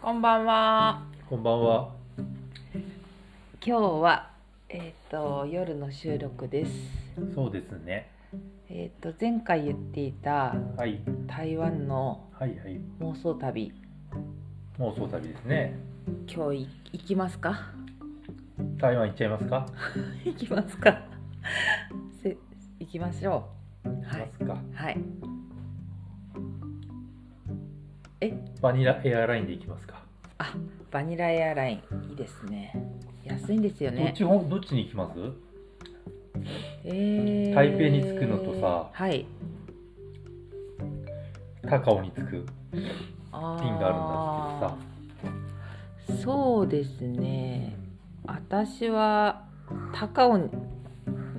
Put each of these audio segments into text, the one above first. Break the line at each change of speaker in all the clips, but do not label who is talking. こんばんは。
こんばんは。
今日はえっ、と夜の収録です。
そうですね。
えっ、と前回言っていた
はい。
台湾の
はいはい。
妄想旅、
妄想旅ですね。
今日い行きますか？
台湾行っちゃいますか。
行きますか？せ行きましょう。は
行
い
きますか。
はい。
バニラエアラインで行きますか。
あバニラエアラインいいですね。安いんですよ
どっ
ね。
ちほんどっちに行きます？
えー
台北に着くのとさ
はい。
高尾に着く。
あ
ピンがあるんだ
ーそうですね。私は高尾に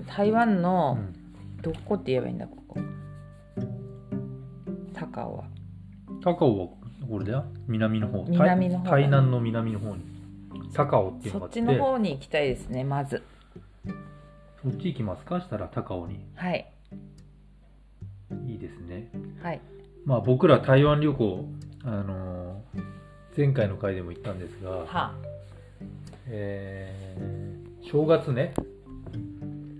台湾
う
の
ん。
どこって言えばいいんだここ高尾は
高尾はこれだよ。南の方。
南の方
台台南の南の方に。高尾っていうのが
そ
あっ。
ってちの方に行きたいですねまず
そっち行きますか。したら高尾に。
はい
いいですね。
はい
まあ僕ら台湾旅行あのー前回の回でも言ったんですが。
は
えー正月ね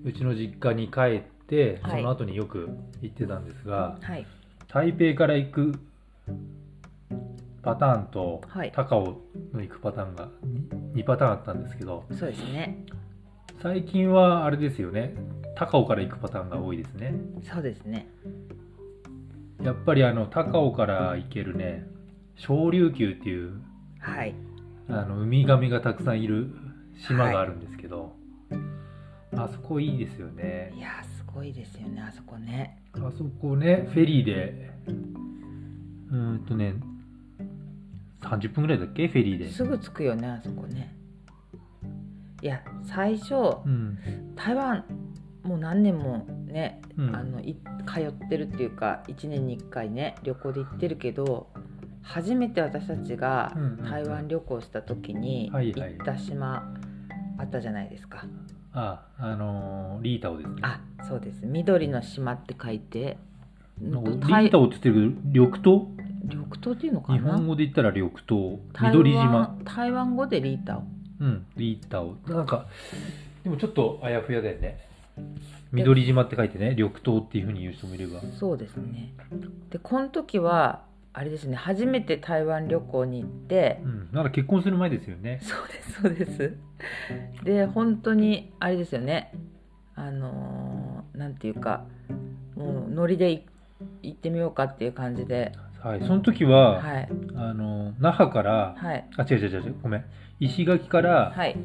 うちの実家に帰って、
はい
その後によく行ってたんですが
はい
台北から行くパターンと、
はい
高尾の行くパターンが 2, パターンあったんですけど
そうですね
最近はあれですよね高尾から行くパターンが多いですね
そうですね
やっぱりあの高尾から行けるね小琉球っていう
はい
あのウミガメがたくさんいる島があるんですけど、あそこいいですよね
いやーすごいですよねあそこね
あそこね、フェリーで、うーんとね、30分ぐらいだっけ、フェリーで。
すぐ着くよねあそこねいや最初
うん、
台湾もう何年もね
うん、
あのい通ってるっていうか1年に1回ね旅行で行ってるけど初めて私たちが
うんうんうん
台湾旅行した時に
はい
行
はい
った島あったじゃないですか、
あ、あのーリータオですね。
あそうです緑の島って書いて
なんか
台
リータオって言ってるけど、緑島
緑島っていうのか
日本
な
語で言ったら緑島、
台
緑島、
湾台湾語でリータオ
うん、リータオ。なんか、でもちょっとあやふやだよね。緑島って書いてね、緑島っていうふうに言う人もいれば。
そうですねでこの時はあれですね初めて台湾旅行に行って
うん、なんか結婚する前ですよね。
そうですそうです。で本当にあれですよね。あのーなんていうかもうノリでい行ってみようかっていう感じで、
はい、その時は、
はい
あのー那覇から、
はい
あ、違う違う違う違う、ごめん。石垣から、
はい。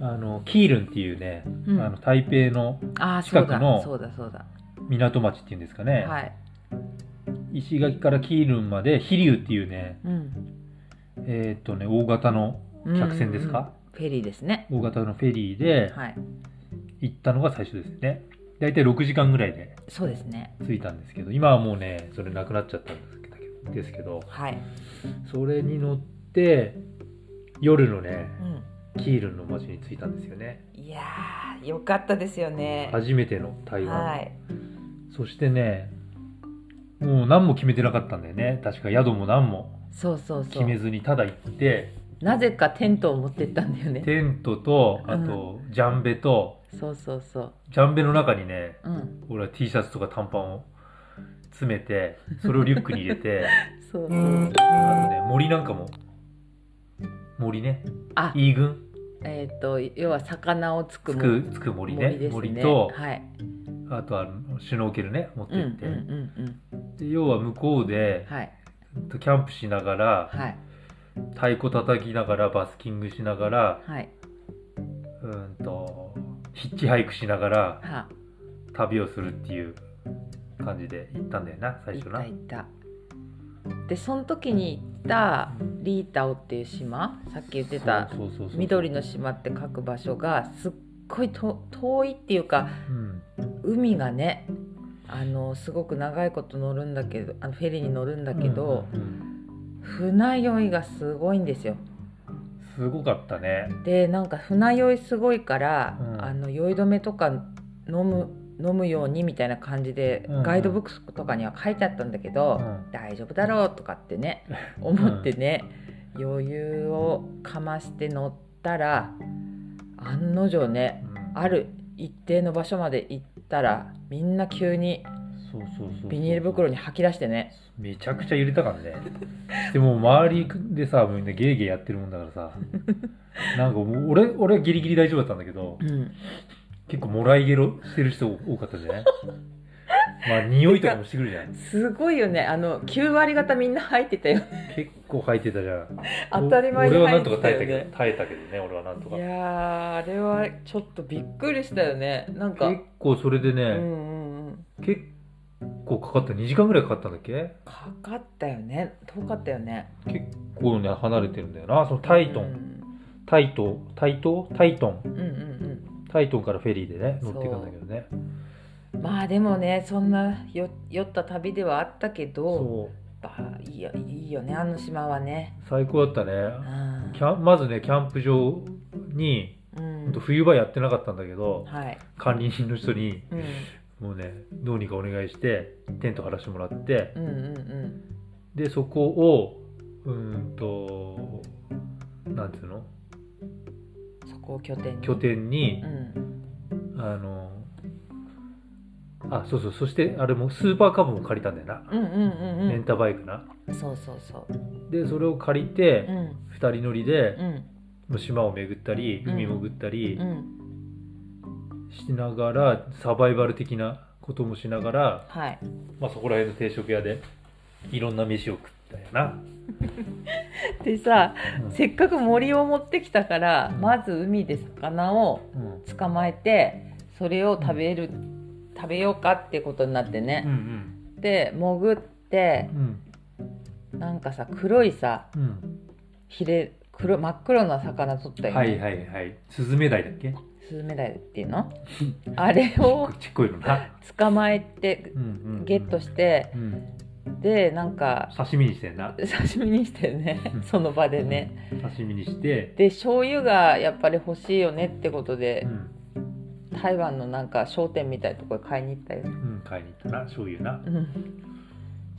あのキールンっていうね、
うん
あの台北の
ああそう
近く
だ
の
そうだそうだ。
港町っていうんですかね、
はい。
石垣からキールンまで飛龍っていうね
うん。
えーっとね大型の
うん
客船ですか、
うんフェリーですね。
大型のフェリーで
はい。
行ったのが最初ですね大体6時間ぐらいで
そうですね。
着いたんですけど今はもうねそれなくなっちゃったんですけどですけど
はい。
それに乗って夜のね
う
キールンの町に着いたんですよね
ん。いやーよかったですよね。
初めての台湾、
はい。
そしてねもう何も決めてなかったんだよね確か宿も何も
そうそうそ
決め
う。
ずにただ行って
なぜかテントを持ってったんだよね。
テントとあとジャンベと、
そうそうそう。
ジャンベの中にね
うん。
俺は T シャツとか短パンを詰めてそれをリュックに入れ て
そうそう。
あの、ね、森なんかも森ね
あ、
イーグン
えっ、と要は魚をつく
つ
も
くつく森ね
森ですね
と、
はい、
あとはあのシュノーケルね持って
うんうん
行って、
うん
で要は向こうで
うん、はい
キャンプしながら
はい
太鼓叩きながらバスキングしながら
はい
うんとヒッチハイクしながら
は
旅をするっていう感じで行ったんだよな最
い
初
た
ない
たでその時に行ったリータオっていう島さっき言ってた
そうそうそうそう
緑の島って書く場所がすっごいと遠いっていうか
うん
海がねあのすごく長いこと乗るんだけどあのフェリーに乗るんだけど、
うんうん
船酔いがすごいんですよ
すごかったね
でなんか船酔いすごいから、
うん
あの酔い止めとか飲む飲むようにみたいな感じで、
うんうん
ガイドブックスとかには書いてあったんだけど、
うん
大丈夫だろうとかってね思ってね、余裕をかまして乗ったら案の定ね
うん
ある一定の場所まで行ったらみんな急に
そうそうそうそう
ビニール袋に吐き出してね
めちゃくちゃ揺れたからね でも周りでさみんなゲーゲーやってるもんだから さなんかもう俺俺はギリギリ大丈夫だったんだけど
うん
結構もらいゲロしてる人多かったじゃない まあ匂いとかもしてくるじゃん
すごいよねあの9割方みんな入ってたよ
結構吐いてたじゃん
当たり前に
俺は
入
なん
って
と
た
か
よ
耐えたけ
ね
ど耐えたけどね俺はなんと
い
か
やーあれはちょっとびっくりしたよねなんか
結構それで
うんう
ね、
んうん
結構かかった2時間ぐらいかかったんだっけ
かかったよね遠かったよね
結構ね離れてるんだよなそのタイトン、
うん
タイトタイトタイトン
うんうん
タイトンからフェリーでね乗っていくんだけどね
うんまあでもねそんなよ酔った旅ではあったけど
そう
まあいいよいいよねあの島はね
最高だったね
うん
キャンまずねキャンプ場に
うん
ほんと冬場やってなかったんだけど
はい、
管理人の人に
うん、
もうねどうにかお願いしてテント張らしてもらって
うんうんうん
でそこをうーんとなんていうの
そこを拠点に
拠点に
うん
あのあそうそうそしてあれもスーパーカブも借りたんだよな
うんうんうん
レンタバイクな
うんそうそうそう
でそれを借り
う
て
ん
2人乗りで
うん
もう島を巡ったり
うん
海潜ったり
うん
しながらサバイバル的なこともしながら、
はい
まあ、そこら辺の定食屋でいろんな飯を食ったよな、
でさ
うん
せっかく森を持ってきたから
うん
まず海で魚を
うん
捕まえてそれを食べる、食べようかってことになって
う
ね、
ん
で潜って
うん
なんかさ黒いさ
うん
ヒレ黒真っ黒な魚取ったよ、ね
はいはいはいスズメダイだっけ
スズメダイっていうのあれを
ちっこいのな、
捕まえて
うんうんうん
ゲットして
うん、
でなんか
刺身にしてんな
刺身にしてね
うん
その場でね
刺身にして、
で醤油がやっぱり欲しいよねってことで
うん
台湾のなんか商店みたいなとこへ買いに行ったよ
うん、買いに行ったな醤油な
うん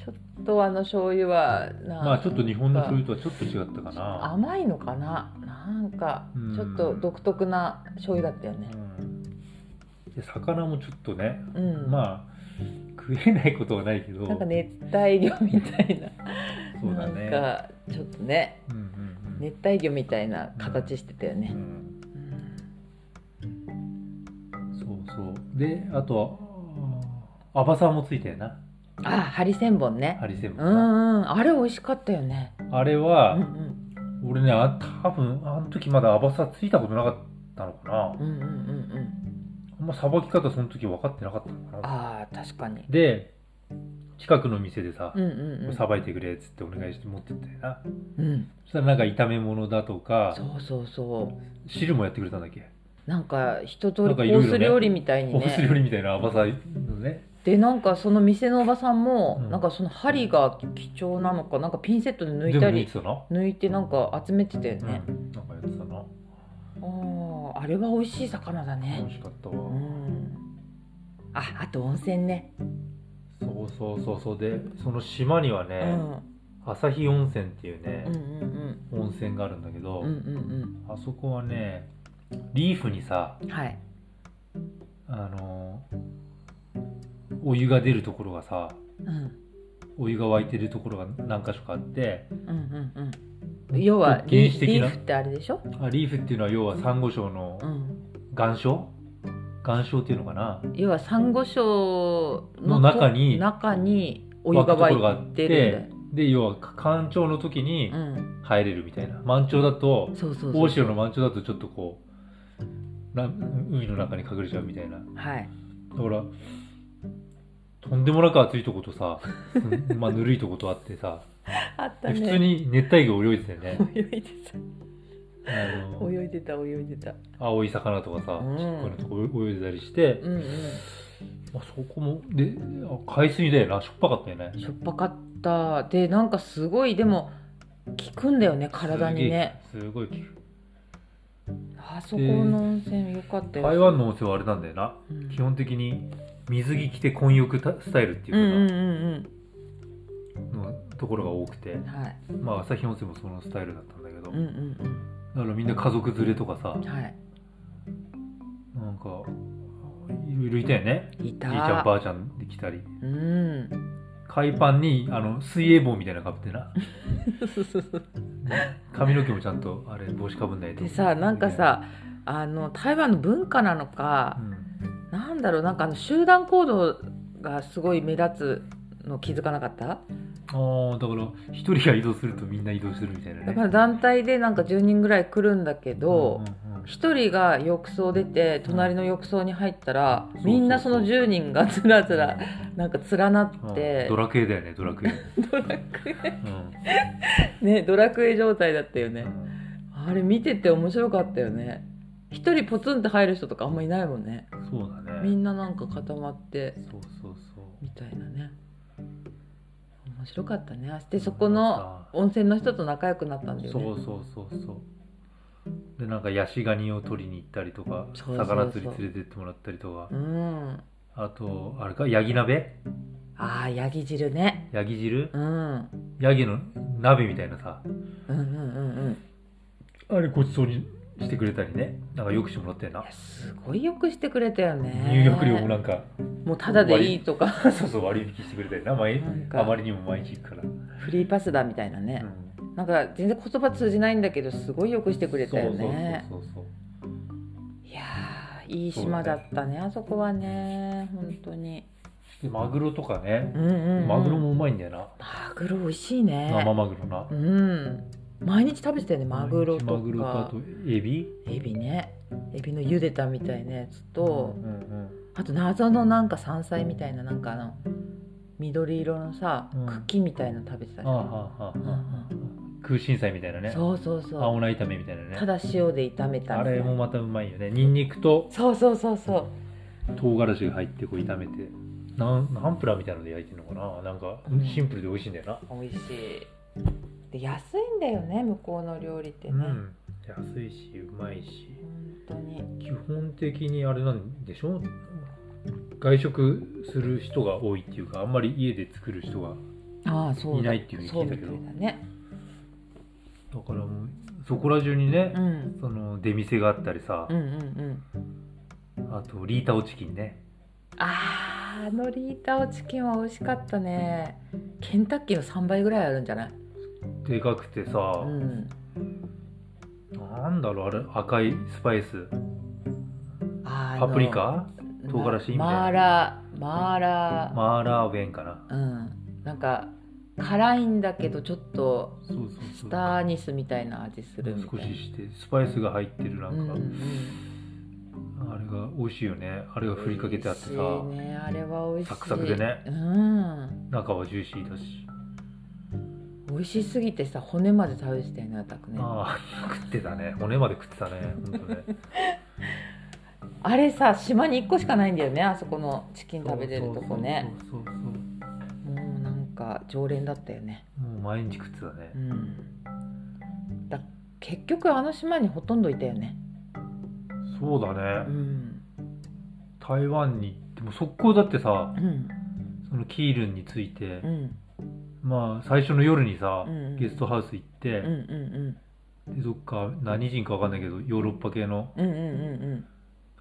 ちょっとあの醤油はな
まあちょっと日本の醤油とはちょっと違ったかな、
甘いのかななんか
うん
ちょっと独特な醤油だったよね
うん、で魚もちょっとね
うん
まあ食えないことはないけど
なんか熱帯魚みたいな
そうだね
なんかちょっとね
うんうんうん
熱帯魚みたいな形してたよ
う
ね、
ん
うん
そうそうであとはあーアバサーもついたよな
あハリセンボンね
ハリセンボン
う
が
んうんあれ美味しかったよね
あれ
うん
は、俺ねあ多分あの時まだアバサーついたことなかったのかな、
うんうんうんうんうん
あんまさばき方その時分かってなかったのかな
あー確かに
で近くの店でさ
うんうんうん
さばいてくれっつってお願いして持ってったよな
うん
そしたらなんか炒め物だとか
そうそうそう
汁もやってくれたんだっけ
なんか一通り
なん
コ
かいろいろ
ー
ね
ス料理みたいに
お
ね
ス料理みたいな甘さのね
でなんかその店のおばさんも、
うん
なんかその針が貴重なのかなんかピンセットで抜
全
い
部
た
抜い
り
てたな、
抜いてなんか集めてたよね
う、ん、なんかやってたな
あーあれは美味しい魚だ
美
ね
味しかった
う
わ、
んああと温泉ね
そうそうそうそうでその島には
う
ね、
ん
朝日温泉っていうね
うんう、ん
温泉があるんだけど、
うんうんうん
あそこはねリーフにさ
うんはい
あのお湯が出るところがさ
うんうん
お湯が沸いてるところが何か所かあって
うんうん要は
原
リ
始
リ
的
ー
な
フってあれでしょ
あリーフっていうのは要はサンゴ礁の
うん
岩礁岩礁っていうのかな
要はサンゴ礁の
の中に
中にお湯が沸いてる
で要は干潮の時
ん
に
だようん
入れるみたいな満潮だと
そうそうそう
大潮の満潮だとちょっとこうな海の中に隠れちゃうみたいなだ
はい
からとんでもなく暑いとことさ、 うんまあ、ぬるいとことあってさ
あったね
で普通に熱帯魚泳いでたよね
泳いで
あ
た
の
泳いでた泳いでた
青い魚とかさ
うん
ちっこいのとこ泳いでたりして、
うんうん
まあ、そこもであ海水だよなしょっぱかったよね
しょっぱかったでなんかすごいでも効くんだよね体にね
すげえすごい効く
あそこの温泉よかったよ
台湾の温泉はあれなんだよな
うん
基本的に水着着て混浴たスタイルって
うんう
い
んう
う
ん
かのとところが多くて、
はい
まあ、朝日温泉もそのスタイルだったんだけど、
うんうん
だからみんな家族連れとかさ
うんはい
なんかいろいろいたよね
いた
じいちゃんばあちゃんで来たり
うん
海パンにあの水泳帽みたいなのかぶって な髪の毛もちゃんとあれ帽子かぶんないと
でさなんかさあの台湾の文化なのか
う、ん
なんだろうなんかあの集団行動がすごい目立つの気づかなかった
ああだから一人が移動するとみんな移動するみたいなね
だから団体でなんか10人ぐらい来るんだけど、
うんうんうん
一人が浴槽出て隣の浴槽に入ったら、
うん
みんなその
そうそう
10人がつらつらなんか連なって、
うんドラクエだよねドラクエ、
ドラクエ
うん
ねドラクエ状態だったよ
う
ね、
ん
あれ見てて面白かったよね一人ポツンって入る人とかあんまいないもんね
そうだね
みんななんか固まって
そうそうそう
みたいなね面白かったねでそこの温泉の人と仲良くなったんだよ
そ
ね
うそうそうそうでなんかヤシガニを取りに行ったりとか
そうそうそう
魚釣り連れてってもらったりとか
うん
あとあれかヤギ鍋
ああヤギ汁ね
ヤギ汁
うんうん
ヤギの鍋みたいなさ
うんうんうんい
あれごちそうにしてくれたりねなんかよくしてもらったよな
やすごいよくしてくれたよね
入浴料もなんか
もうただでいいとか
そうそう割引してくれたりな毎
なんか
あまりにも毎日行くから、
フリーパスだみたいなね
う、ん
なんか全然言葉通じないんだけどすごいよくしてくれたよね
そうそうそうそう
いやーいい島だったねあそこはね本当に
でマグロとかね
う、んうん、うん、
マグロもうまいんだよな、
マグロ美味しいね
生マグロな
うん毎日食べてたよねマグロとか
マグロとあとエビ
エビねエビの茹でたみたいなやつと、
うんうん
あと謎のなんか山菜みたいななんかあの緑色のさ、
うん
茎みたいなの食べてた
あ
じ
ー
ゃん
はーはーはー空心菜みたいなね
そうそうそ
青菜炒めみたいな
う
ね
ただ塩で炒めた
あ
みたい
れ
な
もまたうまいよねニンニクと
そうそうそうそう
唐辛子が入ってこう炒めてなんナンプラーみたいなので焼いてるのかななんか
うん
シンプルで美味しいんだよな
美味しいで安いんだよね向こうの料理ってね、
うん安いしうまいし
本当に
基本的にあれなんでしょ外食する人が多いっていうかあんまり家で作る人が
ああそうだ
いないっていうの
そう
聞
み
いた
たい
けど
だね
だからもうそこら中にね、
うん
その出店があったりさ
うんう、んうん
あとリータオチキンね
あーあのリータオチキンは美味しかったねケンタッキーの3倍ぐらいあるんじゃない
でかくてさ
う、ん
なんだろうあれ赤いスパイス
あ
パプリカ
の
唐辛子みたいな
マーラーマーラー、
マーラー弁かな
うんなんか辛いんだけどちょっと
そうそうそ
ス
う
ターニスみたいな味するみた
少
いな
ししてスパイスが入ってるな
うんん
か、
うんうん
あれが美味しいよねあれが振りかけてあってさ
美味しいねあれは美味しい
サクサクでね
うん
中はジューシーだし、
美味しすぎてさ骨まで食べてたよねあたくねあ
ああ食ってたね骨まで食ってたね本当ね
れさ島に1個しかないんだよねあそこのチキン食べてるとこね
そうそうそうそう
もうなんか常連だったよね
もう毎日食ってたね
う、んだ結局あの島にほとんどいたよね
そうだ
う
ね
ん
台湾にでも速攻だってさ
うん
そのキールンについて、
うん
まあ最初の夜にさ、
うん
ゲストハウス行って、
うんうん
でどっか何人かわかんないけどヨーロッパ系の
うんうんうん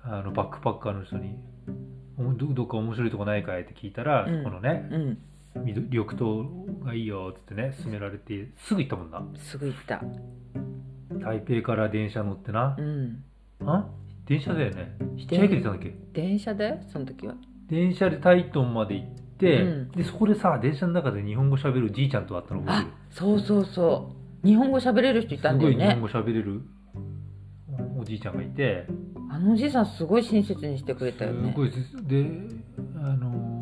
あのバックパッカーの人に「おどどっか面白いとこないかい?」って聞いたら、
うん
そこのね
うんうん
緑緑豆がいいよっつってね勧められてすぐ行ったもんな
すぐ行った
台北から電車乗ってな
う、ん
あ電車だよねちっちゃい駅で行ったんだっけ
電車だよその時は
電車でタイトンまで行って、
うん
でそこでさ電車の中で日本語喋るじいちゃんと会ったの覚え
あ
てる
そうそうそう日本語喋れる人いた
す
んだ
ご
よ
い日
ね
本語喋れるおじいちゃんがいて
あのおじいさんすごい親切にしてくれたよね
すごいですであのー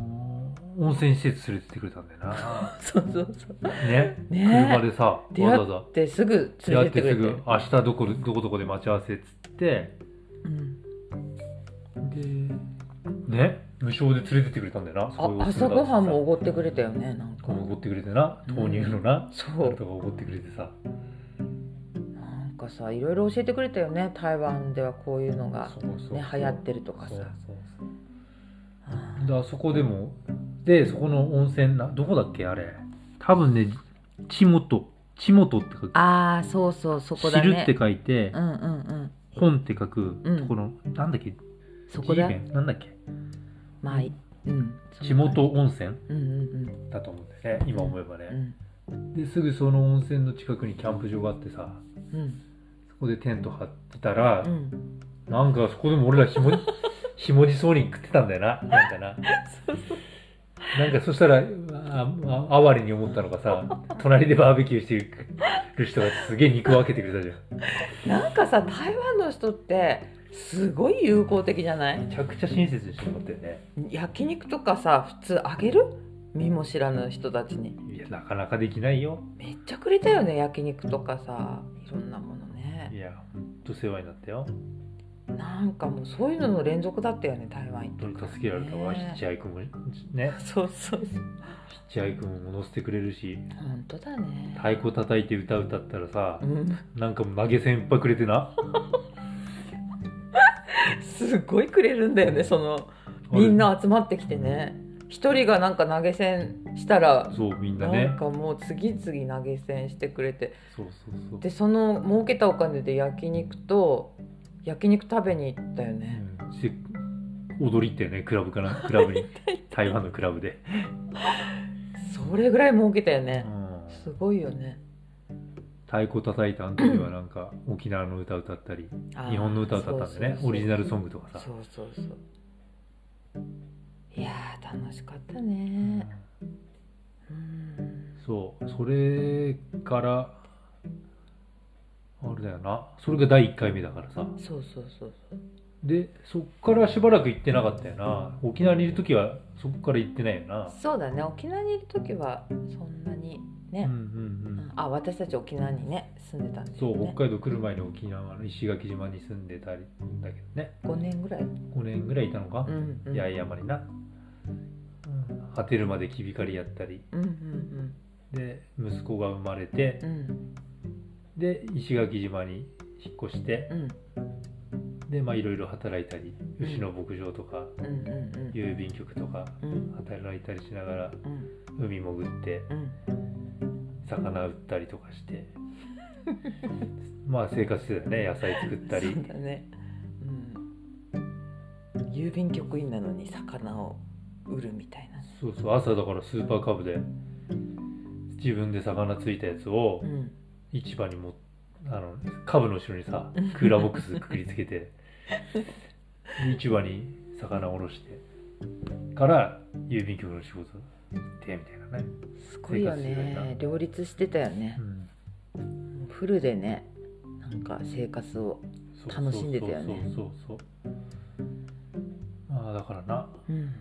温泉施設連れてってくれたんだよ な
そうそうそう
ね
ね
車でさわざ
出会
わざ
ですぐ
出
連
会
れ
ってて
って
す
くれて
ぐ明日どこでどこどこで待ち合わせっつって
うん
でね無償で連れてってくれたんだよな
あ
いお
朝
店だ
ごはんもおごってくれたよねなんか
おごってくれてな豆乳のな、
そ
あれ
う
とかおごってくれてさ
なんかさいろいろ教えてくれたよね台湾ではこういうのが
そうそうそう
ね流行ってるとかさ
そうそうそう
あ
であそこでもでそこの温泉などこだっけあれ多分ねちもとちもとって書く
ああそうそうそこだ
知る
ね
って書いて、
うんうんうん
本って書く
うん
ところ、なんだっけ
そこだ
G 弁なんだっけ
まあいうん
地元温泉
うんうん
だと思うんだよね今思えば
う
ね、
ん
ですぐその温泉の近くにキャンプ場があってさ
うんうん
そこでテント張ってたら、
うん
なんかそこでも俺ら ひもひもじそうに食ってたんだよななんかななんかそしたらああ哀れに思ったのがさ隣でバーベキューしてる人がすげえ肉を分けてくれたじゃん
なんかさ台湾の人ってすごい友好的じゃない
めちゃくちゃ親切にしてもらったよね
焼肉とかさ普通あげる身も知らぬ人たちに
いやなかなかできないよ
めっちゃくれたよね焼肉とかさいろんなものね
いやほんと世話になったよ
なんかもうそういうのの連続だったよね台湾行って
本当
から
に助けられたわヒ
ね
ッチハイクもね
そうそうそう
ヒッチハイクも乗せてくれるし
本当だね
太鼓叩いて歌歌ったらさ
うん
なんかもう投げ銭いっぱいくれてな
すごいくれるんだよねその みんな集まってきてね一人がなんか投げ銭したら
そうみんな
な
ね
んかもう次々投げ銭してくれて
そうそうそう
でその儲けたお金で焼肉と焼肉食べに行ったよね、
うんして踊り行ったよねクラブ かなクラブに台湾のクラブで、
それぐらい儲けたよ
う
ね、
ん、
すごいよね
太鼓叩いたあの時はなんか沖縄の歌歌ったり
あー
日本の歌歌ったんでね
そうそうそう
オリジナルソングとかさ
そうそうそういやー楽しかったねうん
そうそれからあれだよなそれが第1回目だからさ
そうそうそうそう
でそっからしばらく行ってなかったよな沖縄にいる時はそっから行ってないよな
そうだね沖縄にいる時はそんなに
うんう
ね、
ん
あ私たち沖縄にね住んでたん
う
で
ん
す
そ
よ、ね、
う北海道来る前に沖縄の石垣島に住んでたりんだけどね
5年ぐらい、
5年ぐらいいたのか
う、んうん、
八重山にな、果てるまできびかりやったり
うんうん
で息子が生まれて
うんう、ん
で石垣島に引っ越して
うん
でまあいろいろ働いたり牛の牧場とか
うんうんうん
郵便局とか
うんうん
働いたりしながら
うん
海潜って
うん
魚売ったりとかしてまあ生活してたよね野菜作ったり
そうだね、うん、郵便局員なのに魚を売るみたいな
そうそう朝だからスーパーカブで自分で魚ついたやつを
うん
市場にもあのカブの後ろにさ
うん
クーラーボックスくくりつけて市場に魚をおろしてから郵便局の仕事ってみたいなね、
すごいよね両立してたよね
う、ん
フルでねなんか生活を
そう
楽しんでたよね
そうそうそうそうまあだからな
うん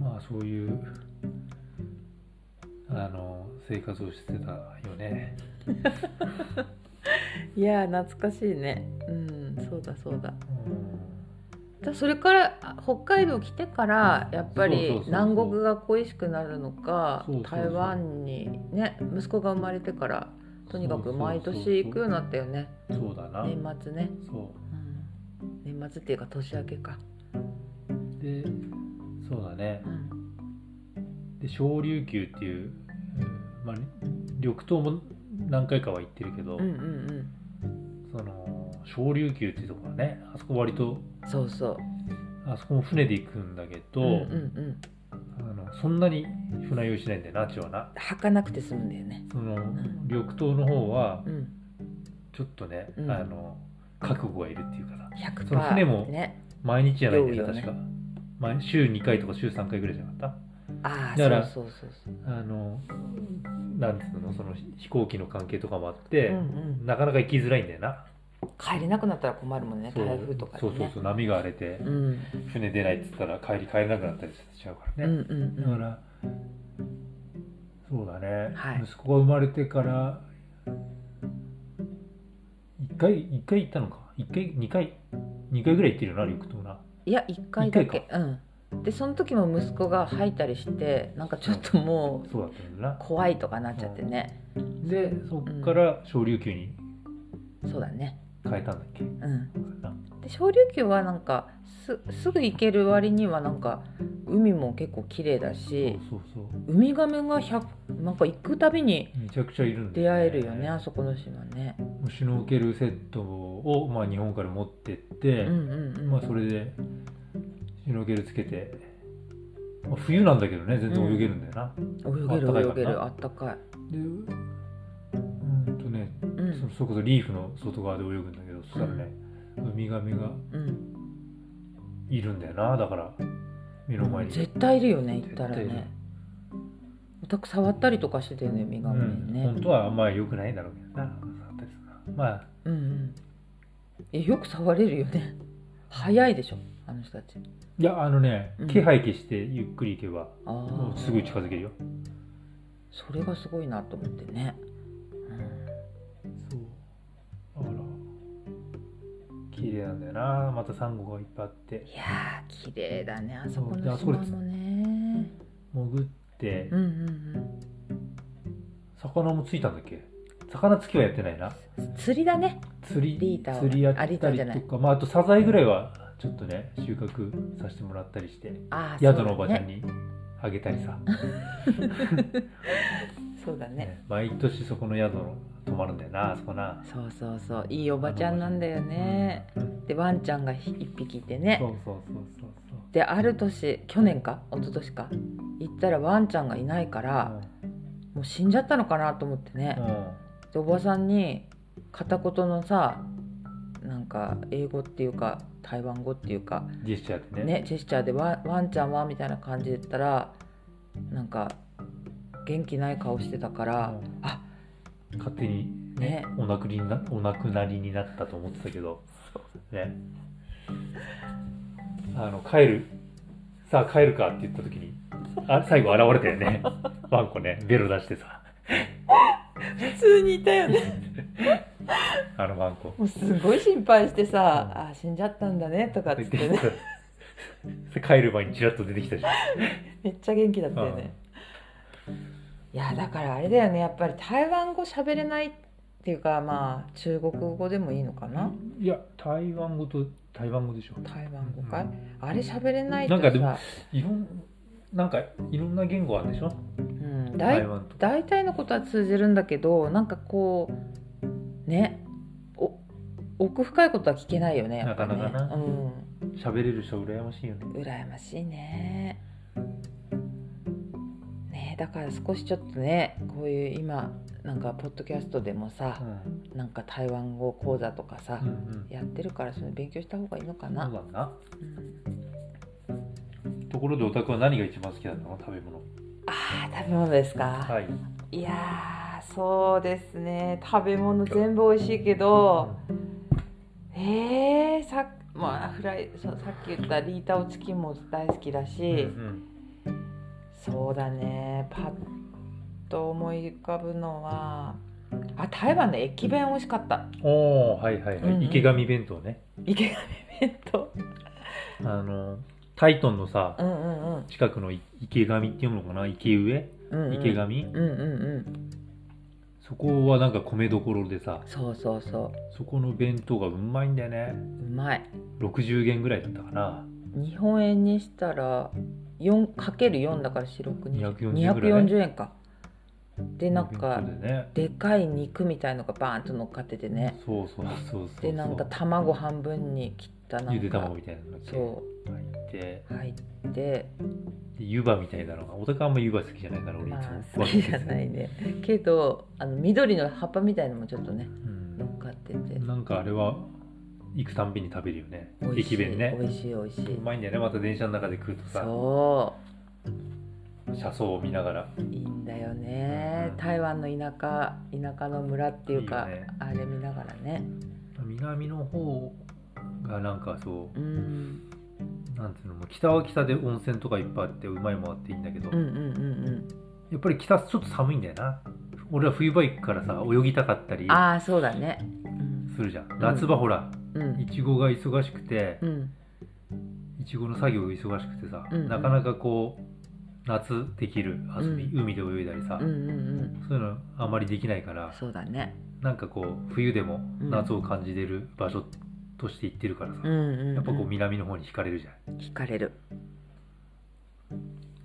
まあそういうあの生活をしてたよね
いやー懐かしいねうんそうだそうだ
うん
だそれからあ北海道来てからやっぱ
そうそう
り
そうそう
南国が恋しくなるのか
そうそうそう
台湾にね息子が生まれてからとにかく毎年行くようになったよね
そうだな
年末ね、
そ
うん、年末っていうか年明けか、
うでそうだね
うん、
で小琉球っていう、うんまあ、緑島も何回かは行ってるけど、
うんうん
その小琉球っていうところはねあそこ割と
うんそうそう
あそこも船で行くんだけど、
うんうんうん
あのそんなに船酔いしないんだよなあっちはな
履かなくて済むんだよね
その
ん
緑島の方は
うん
ちょっとね、
うん
あの覚悟がいるっていうかさ
100%
その船も
ね
毎日じゃないんだよ
酔うよね
確か毎週2回とか週3回ぐらいじゃなかっ
ああそ
だから
うそうそうそう
たあのなんつうのその飛行機の関係とかもあって、
うんうん、
なかなか行きづらいんだよな
帰れなくなったら困るもんね
そう
台風とかで、ね、
そうそうそう波が荒れて
うん
船出ないっつったら帰り帰れなくなったりしちゃうから
うん
ね、
うん
だ
う
か
ん
らそうだね、
はい
息子が生まれてから1回一回行ったのか1回2回2回ぐらい行ってるよな緑島ない
や1回だ
一
けうんでその時も息子が吐いたりしてなんかちょっともう
そうだったんだな
怖いとかなっちゃってね、
でそっから小琉球に
そうだね
変えたんだっけ
うん
な
で小琉球はなんかすすぐ行ける割にはなんか海も結構綺麗だし
そうそうそ
ウミガメが100なんか行くたびに
うめちゃくちゃいるんで
出会えるよねあそこの島ね
シュノーケルセットを、まあ、日本から持ってって、
うんうんうん
まあそれでシュノーケルつけて、まあ、冬なんだけどね全然泳げるんだよな、
泳げる
あったか
泳
い
げ
か
る
な
あったかい
でうんとね
う
そ
ん
それこそリーフの外側で泳ぐんだけどそしたらね、ウミガメが
うん
いるんだよなだから目の前に
絶対いるよね行ったら
絶対いる
ねたく触ったりとかしてたよねウミガメね、
うん、本当はあんまり良くないんだろうけどな触ったりするのまあ
うんうんえよく触れるよね早いでしょあの人たち
いやあのね
うん
気配消してゆっくり行けば、
あ
も
あ
うすぐ近づけるよ
それがすごいなと思ってね、
そうだから綺麗なんだよなまたサンゴがいっぱいあっ
う
て
ん、いやー綺麗だねあそこ
そうで
の
あそこ
島
で
もね
潜って、
うんうん
魚もついたんだっけ魚つきはやってないな
うん釣りだね
釣り
リーターは
釣りやった
あリーターじゃな
り
い
とかまああとサザエぐらいはちょっとね収穫させてもらったりして
ああ
宿のおばちゃん
に
にあげたりさ、
そうだね
ね毎年そこの宿の泊まるんだよなあそこな
そうそうそういいおばちゃんなんだよね、
うんうん
でワンちゃんがひ一匹いて
そ
ね
うそうそうそうそう
である年去年か一昨年か行ったらワンちゃんがいないから、もう死んじゃったのかなと思ってね、
う
でおばさんに片言のさなんか英語っていうか台湾語っていうか
ん、ジェスチャーでね
ねジェスチャーでワン「ワンちゃんは?」みたいな感じで言ったらなんか元気ない顔してたから
うん
「あ
勝手にね
ね
お亡くなりになお亡くなりになったと思ってたけどねあの帰るさあ帰るかって言った時にあ最後現れたよねワンコねベロ出してさ
普通にいたよね
あのワンコ」
もうすごい心配してさ「あ死んじゃったんだね」とかっつってね
帰る前にちらっと出てきたし、
めっちゃ元気だったよね。いやだからあれだよねやっぱり台湾語喋れないっていうかまあ中国語でもいいのかない
や台湾語と台湾語でしょ
台湾語かい、
う
あれ喋れないと
なんかで
さ
もいろんなんかいろんな言語あるんでしょ
うん、
台
大
湾とか
大体のことは通じるんだけどなんかこうねお奥深いことは聞けないよねやっぱね
なかなかな
うん
喋れる人は羨ましいよね
羨ましいねねだから少しちょっとねこういう今なんかポッドキャストでもさ
う、ん
なんか台湾語講座とかさ
う、ん
やってるからそれ勉強した方がいいのか
うん
な、
そうだな
うん
ところでオタクは何が一番好きだったの食べ物
あー食べ物ですか、
はい
いやーそうですね食べ物全部美味しいけどえー、さまあフライそうさっき言ったリータオチキンも大好きだし、
うんうん
そうだねパッと思い浮かぶのはあ台湾の駅弁美味しかった
おーはいはいはい、
うんうん
池上弁当ね
池上弁当
あのタイトンのさ
うんうんうん
近くのい池上って読むのかな池上
うんうん
池上、
うんうんうん
そこはなんか米どころでさ
そうそうそ
そこの弁当がうまいんだよね
ううまい
60元ぐらいだったかな
日本円にしたら 4×4 だから白くに
240ぐらい
240円かでなんか
弁当でね
でかい肉みたいのがバーンと乗っかっててね
そうそうそうそう
でなんか卵半分に切ったなんか
ゆで卵みたいなのが
そ
入って
う入って
で湯葉みたいなのがおたかあんま湯葉好きじゃないから俺い
ま
つも
あ好きじゃないねけどあの緑の葉っぱみたいのもちょっとね
うん
乗っかってて
なんかあれは行くたんびに食べるよね
美味し
駅
い
弁ね
美味しい美味しいう
まいんだよねまた電車の中で食うとさ
そ
車窓を見ながら
ういいんだよね
うん
台湾の田舎田舎の村っていうか
いいよね
あれ見ながらね
南の方がなんかそう
うん
うなんていうのもう北は北で温泉とかいっぱいあってうまいもんあっていいんだけど、
うんうん
や
うん
っぱり北ちょっと寒いんだよな俺は冬場行くからさ泳ぎたかったり
うんああそうだねうん
するじゃん夏場ほら
うん
いちごが忙しくて
うん
いちごの作業が忙しくてさ、
うん
なかなかこう夏できる遊び、
う
海で泳いだりさ、
うんうんうん
そういうのあまりできないから
そうだね
なんかこう冬でも
うん
夏を感じれる場所として行ってるからさ、
うんうんうん
やっぱこう南の方に惹かれるじゃん
惹かれる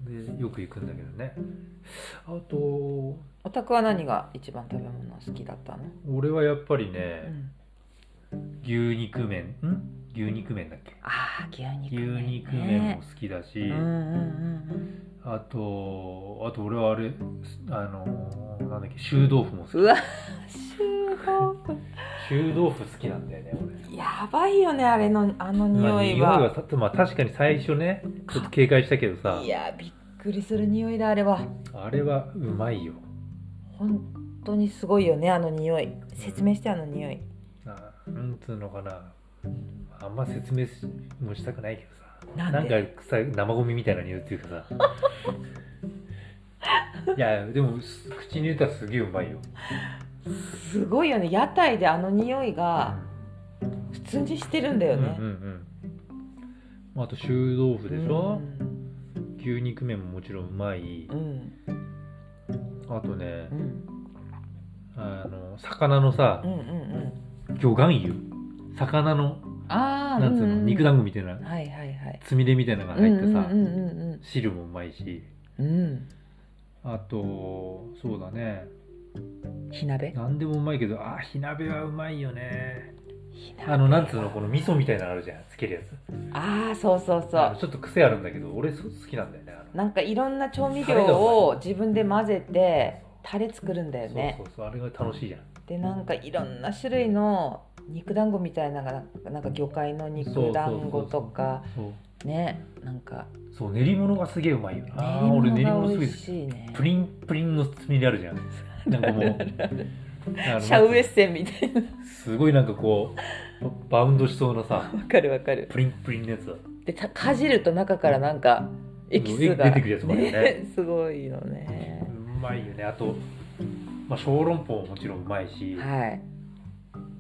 でよく行くんだけどねあと
お宅は何が一番食べ物好きだったの、
俺はやっぱり
う
ね、
ん、
牛肉麺ん牛肉麺だっけ
ああ牛肉
牛
麺、ね、
肉麺も好きだし、
うんうんうん
あとあと俺はあれあのーなんだっけ臭豆腐も好き
うんうわ集合
臭豆腐好きなんだよね俺
やばいよねあれのあの匂い
まあ、匂い
は
はたまあ確かに最初ねちょっと警戒したけどさ
いやびっくりする匂いだあれは
あれはうまいよ
本当にすごいよねあの匂い説明してあの匂い
あなんつうのかなあんま説明しもしたくないけどさ
なんで
か臭い生ゴミみたいな匂いっていう かさいやでもす口に入れたらすげえうまいよ
すごいよね屋台であの匂いが普通にしてるんだ
うん
よ
うんうん
ね、
まああと臭豆腐でしょ、
うん
牛肉麺ももちろんうまい
うん
あとね
うん
あの魚のさ
うんうん
魚眼油魚の
うんああ
なんつうの肉
だ
団子みたいな
はいはいはい
つみれみたいなのが入ってさ
うんうん
汁もうまいし
うんうん
あとそうだね
うん火鍋
何でもうまいけどあー火鍋はうまいよね
火鍋
あのなんつうのこの味噌みたいなのあるじゃんつけるやつ
ああそうそうそ
あの
う
ちょっと癖あるんだけど俺そう好きなんだよねあ
な
の
んかいろんな調味料を自分で混ぜてタレ作るんだよね
そうそうそうあれが楽しいじゃん
でなんかいろんな種類の肉団子みたいなのがなんか魚介の肉団子とか
そう
ねなんか
そう練り物がすげえうまいよなあー俺
練
練
り
り
物
物す
が美
げえ
味しいね
プリンプリンのつみれあるじゃんなんかも うあの
シャウエッセンみたいな
すごいなんかこうババウンドしそうなさ
わかるわかる
プリンプリンのやつだ
でたかじると中からなんかエキスが
出てくるやつもあ るよね
すごいよね
うまいよねあと、まあ、小籠包ももちろんうまいし、
はい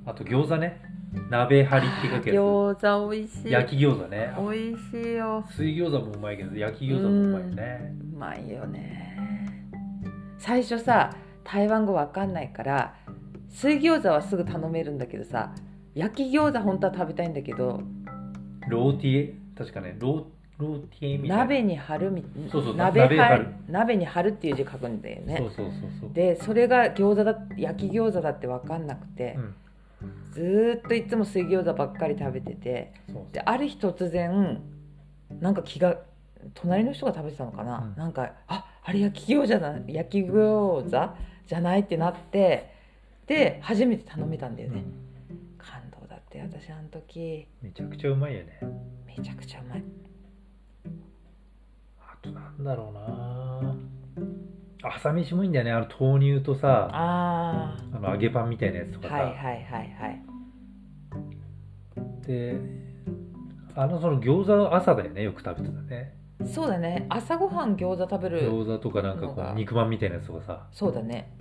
あと餃子ね鍋張りってかけるや
餃子美味し
つ
い
焼き餃子ね
美味しいよ
水餃子もうまいけど焼き餃子もうまいよね
うまいよね最初さ台湾語わかんないから水餃子はすぐ頼めるんだけどさ焼き餃子本当は食べたいんだけど
ローティエ確かねローローティエみたいな
鍋に貼るみ
そうそう
鍋
鍋貼
貼
る
る鍋に貼るっていう字書くんだよね
そうそうそうそう
でそれが餃子だ焼き餃子だって分かんなくて
う、ん
ずーっといつも水餃子ばっかり食べてて
そう
である日突然なんか気が隣の人が食べてたのかな、
うん
なんかああれ焼き餃子だ焼き餃子じゃないってなってで初めて頼めたんだよ
う
ね、
ん
感動だって私あの時
めちゃくちゃうまいよね
めちゃくちゃうまい
あとなんだろうな朝飯もいいんだよねあの豆乳とさ
あ
あの揚げパンみたいなやつと
ー
かさ、
はいはいはいはい
であのその餃子の朝だよねよく食べてたね
そうだね朝ごはん餃子食べる
餃子とかなんか
の
こ
が
う肉まんみたいなやつとかさ
そうだね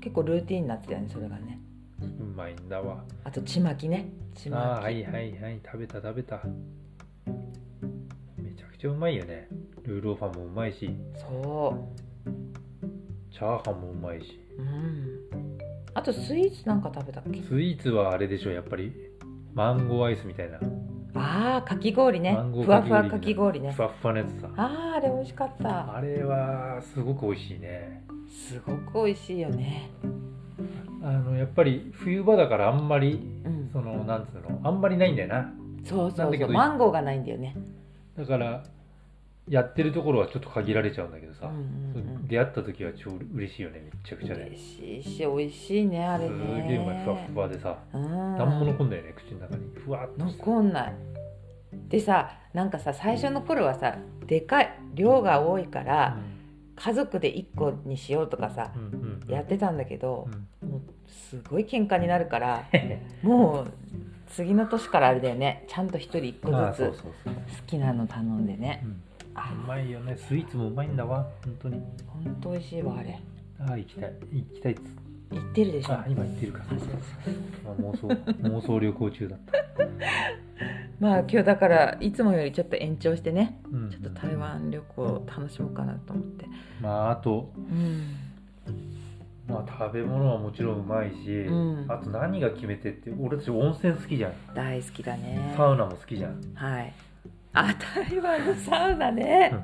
結構ルーティンになってたよねそれがね
うまいんだわ
あとちまきねち
あ
ま
あはいはいはい食べた食べためちゃくちゃうまいよねルーローファンもうまいし
きそ
チャーハンもうまいし
ううんあとスイーツなんか食べたっけ
スイーツはあれでしょやっぱりマンゴーアイスみたいな、
ああかき氷ね
マンゴー
ふわふわかき氷ね
ふわっふわのやつさ
あああれ美味しかった
あれはすごく美味しいね
すごく美味しいよね
あのやっぱり冬場だからあんまり
うん
そのなんつうのあんまりないんだよな
そう
な
そ
ん
うそ
だけ
う
ど
マンゴーがないんだよね
だからやってるところはちょっと限られちゃうんだけど
う
さ、
んうん
出会った時は超嬉しいよねめちゃく
うん
ちゃね
嬉しいし美味しいねあれね
すげえうまいふわふわでさ
うん
何も残んないよね口の中にふわっと
残んないでさなんかさ最初の頃はさでかい量が多いから、家族で1個にしようとかさ
うんうんうん
やってたんだけど
う、ん
もうすごい喧嘩になるからもう次の年からあれだよねちゃんと1人1個
ああそう
ずつ
そうそう、
好きなの頼んでね
うん
あ
うまいよねスイーツもうまいんだわ本当に
ほんと美味しいわあれ
ああ行きたい行きたいっつ
言ってるでしょ
あ今行ってるか
そうそう
あ妄想妄想旅行中だった、
まあ今日だからいつもよりちょっと延長してね
うんうん
ちょっと台湾旅行楽しもうかなと思って
まああと
うん
まあ食べ物はもちろんうまいし、
うん
あと何が決めてって俺たち温泉好きじゃん、
大好きだね
サウナも好きじゃん
はいあ台湾のサウナね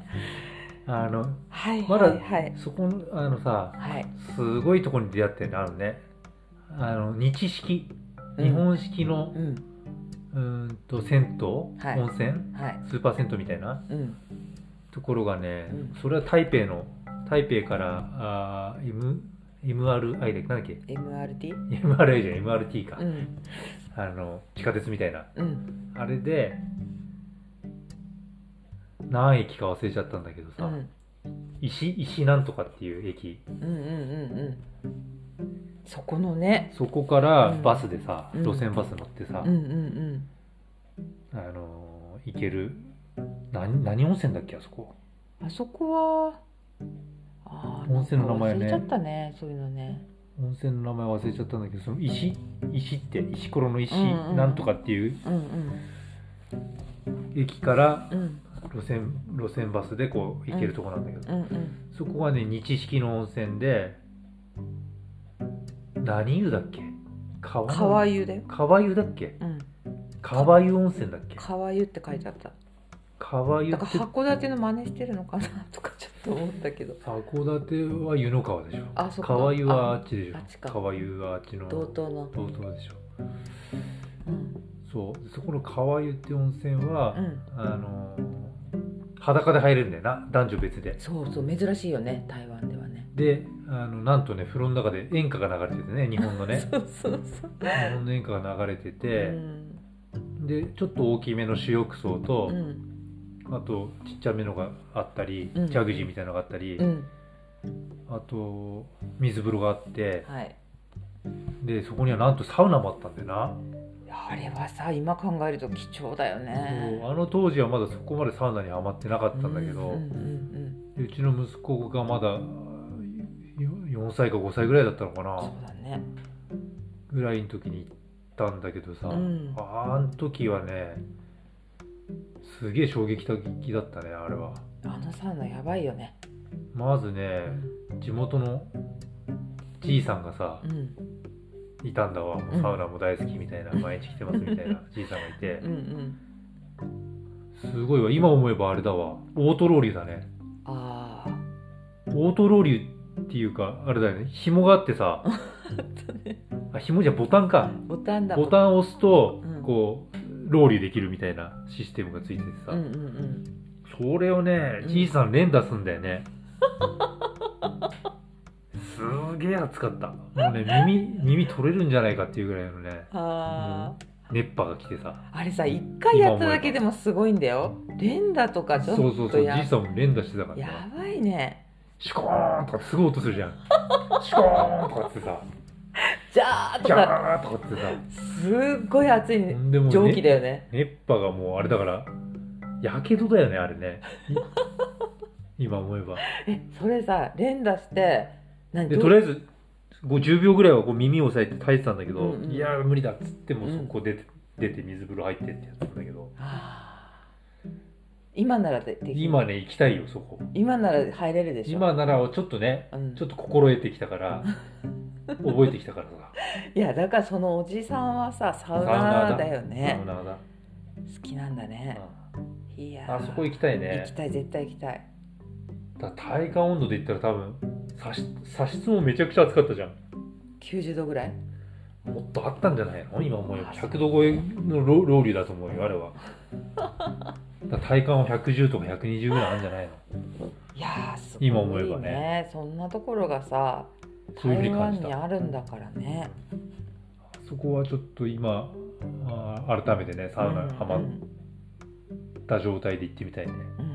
うんあの
はい
まだ
はいはい
そこのあのさ
はい
すごいとこに出会ってるのあるねあの日式
うん
日本式の、
うん
うーんと銭湯、
はい
温泉
はい
スーパー銭湯みたいな
うん
ところがね、
うん
それは台北の台北からあー M MRI だっけなんだっけ
MRT
MRI じゃん MRT か、
うん
あの地下鉄みたいな
うん
あれで何駅か忘れちゃったんだけど
う
さ、
ん
石石なんとかっていう駅
うんうんうんうんそこのね
そこからバスでさ、
うん
路線バス乗ってさ、
うんうん
あのー行ける何何温泉だっけあそこ
うんあそこはあー
温泉の名前ね
忘れちゃったねそういうのね
温泉の名前忘れちゃったんだけどその石石って石ころの石
うんうんうん
なんとかっていう
うんうん
駅から
うん
路線路線バスでこう行けるとこなんだけど、
うんうん
そこがね日式の温泉で何湯だっけ川
川湯だよ
川湯だっけ
うん
川湯温泉だっけ
川湯って書いてあった
川湯
だ
っ
か
て
ら函館の真似してるのかなとかちょっと思ったけど
函館は湯の川でしょ
あそっか
川湯はあっちでし
ああっち
ょ
か
川湯はあっちの
同等の
道東でしょ
うん
そうそこの川湯って温泉は、
うん
あのー裸で入れるんだよな男女別で
そうそう珍しいよね台湾ではね
であのなんとね風呂の中で演歌が流れててね日本のね
そうそうそう
日本の演歌が流れて
う
て、
ん
でちょっと大きめの主浴槽と
う、ん
あとちっちゃめのがあったり、
うん
ジャグジーみたいなのがあったり、
うん
あと水風呂があって
はい
でそこにはなんとサウナもあったんだよな、
あれはさ今考えると貴重だよね
そうあの当時はまだそこまでサウナにはまってなかったんだけど、
うんうん
でうちの息子がまだよ4歳か5歳ぐらいだったのか
うん、そ
な
うだね
ぐらいの時に行ったんだけどさ、
うん
あん時はねすげえ衝撃的だったねあれは
あのサウナやばいよね
まず
う
ね
ん
地元のじいさんがさ
うん
いたんだわ
うん
サウナも大好きみたいな毎日来てますみたいなじいさんがいて
うんうん
すごいわ今思えばあれだわオートロウリュだね
ああ
オートロウリュっていうかあれだよね紐があって さあ紐じゃボタンか
ボタンだ
ボタンを押すと、
うん
こうロウリュできるみたいなシステムがついててさ、
うんうんうん
それをね
うん
じいさん連打すんだよね、すげえ暑かったもうね耳耳取れるんじゃないかっていうぐらいのね
あ
熱波が来てさ
ああれさ一回やっただけでもすごいんだよ連打とかち
そ
ょ
う
っとや
そうそうじいさんも連打してたからね
やばいね
シュコーンとかってすごい音するじゃんシュコーンと かってさ
じゃーっと
ギャ
か
ーとかってさ
すっごい熱い、
ほ
ね、
んでもう
蒸
ね
気だよね
熱波がもうあれだからやけどだよねあ れねい今思えば
えそれさ連打して何
で
どう
とりあえず50秒ぐらいはこう耳を押さえて耐えてたんだけど、
うんうん
いやー無理だっつっても
う
そ
ん
こ出て,、出て水風呂入ってってやったんだけど
あー今ならでできる
今ね行きたいよそこ
今なら入れるでしょ
今ならちょっとね
うん
ちょっと心得てきたから覚えてきたからさ
いやだからそのおじさんはさサウ
サウナ
ナー
ーだ
だよね
サウナーだ、
好きなんだねいや
あ
ー
そこ行きたい
行
ね
きたい絶対行きたい
だから体感温度で言ったら多分差し差し室もめちゃくちゃ暑かったじゃん
90度ぐらい
もっとあったんじゃないの今思えば
あそう
100度超えのロロウリュだと思うよあれはだから体感は110とか120ぐらいあるんじゃないの
いやーすごい、ね、
今思えばね
そんなところがさ
そういうふう
台
に感
湾
じた
にあるんだからね
そこはちょっと今あー改めてねサウナハマ
う
っ
ん
た状態で行ってみたいね、
うんうん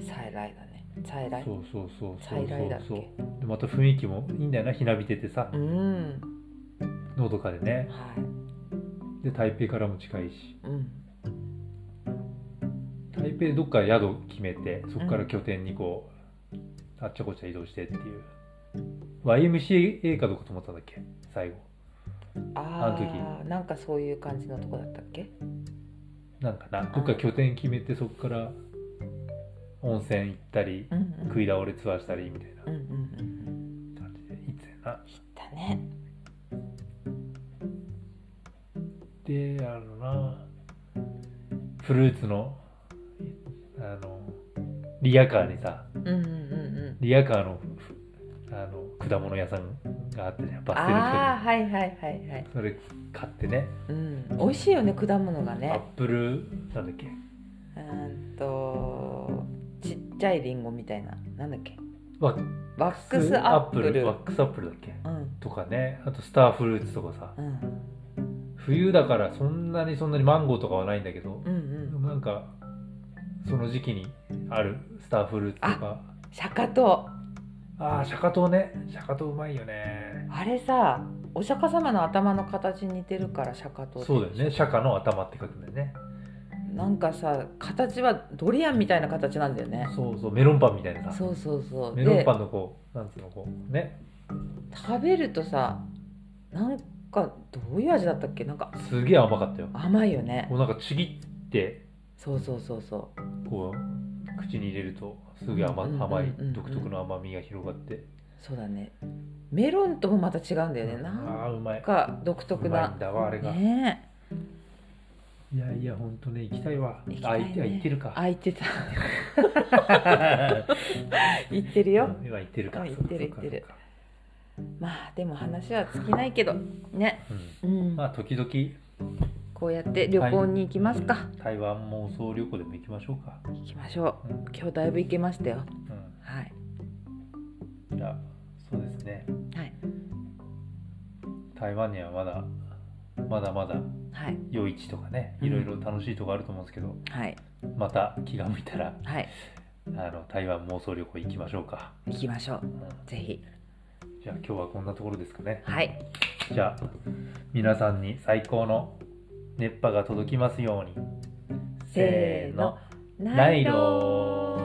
再来だね再来
そうそうそうそ
再
う
来だっ
そう
け
でまた雰囲気もいいんだよなひなびててさ
うん
のどかでね
はい
で台北からも近いし
うん
台北でどっか宿決めてそこから拠点にこう、あっちゃこっちゃ移動してっていう YMCA かどうかと思ったんだっけ最後
あ
あ
あなんかそういう感じのとこだったっけ
なんかなどっか拠点決めてそこから温泉行ったり
うんうん
食い倒れツアーしたりみたいな
うんうんうん
感じでな
だね
であのなフルーツのあのリアカーにさ
うんうんうん
リアカーのふあの果物屋さんがあってじゃん
うん
バス停の
ああはいはいはいはい
近くにそれ買ってね
うん美味しいよね果物が
アッ
ね
プルなんだっけ
うーんとちっちゃいリンゴみたいななんだっけ
ワッ
ワックスアップル
ワックスアップルだっけ
うん
とかねあとスターフルーツとかさ
うん
冬だからそんなにそんなにマンゴーとかはないんだけど
うんう
で
ん
もなんかその時期にあるスターフルーツとか
釈迦と
ああーシャカトウねシャカトウうまいよね
あれさお釈迦様の頭の形に似てるから釈迦と
そうだよねシャカの頭って書くんだよね
なんかさ形はドリアンみたいな形なんだよね
そうそうメロンパンみたいなさ
そうそうそう
メロン
で
パンのこうなんつうのこうね
食べるとさなんかどういう味だったっけなんか
すげえ甘かったよ
甘いよね
こうなんかちぎって
そうそうそうそう
こう口に入れるとすげえ甘
うんうんうんうん
甘い独特の甘みが広がって
そうだねメロンともまた違うんだよねなん
あーうまい
か独特
うまい
なん
だわあれが
ね
いやいやほんとね行きたいわ
行きた
あ
いね
行ってあ行ってるか
あ言ってた 言ってるよ
今行ってるか
うん行ってる
そか
行ってる
そか
まあでも話は尽きないけどね
そっかうん
うん
まあ時々
こうやって旅行に行きますか
台湾妄想旅行でも行きましょうか
行きましょう
うん
今日だいぶ行けましたよ
う
はい
んじゃあそうですね
はい
台湾にはまだまだまだ
はい
夜市とかね
うん
いろいろ楽しいとこあると思うんですけど、
はい
また気が向いたら
はい
あの台湾妄想旅行行きましょうか、
行きましょう
うん
ぜひ
じゃあ今日はこんなところですかね
はい
じゃあ皆さんに最高の熱波が届きますように
せーの
ナイロー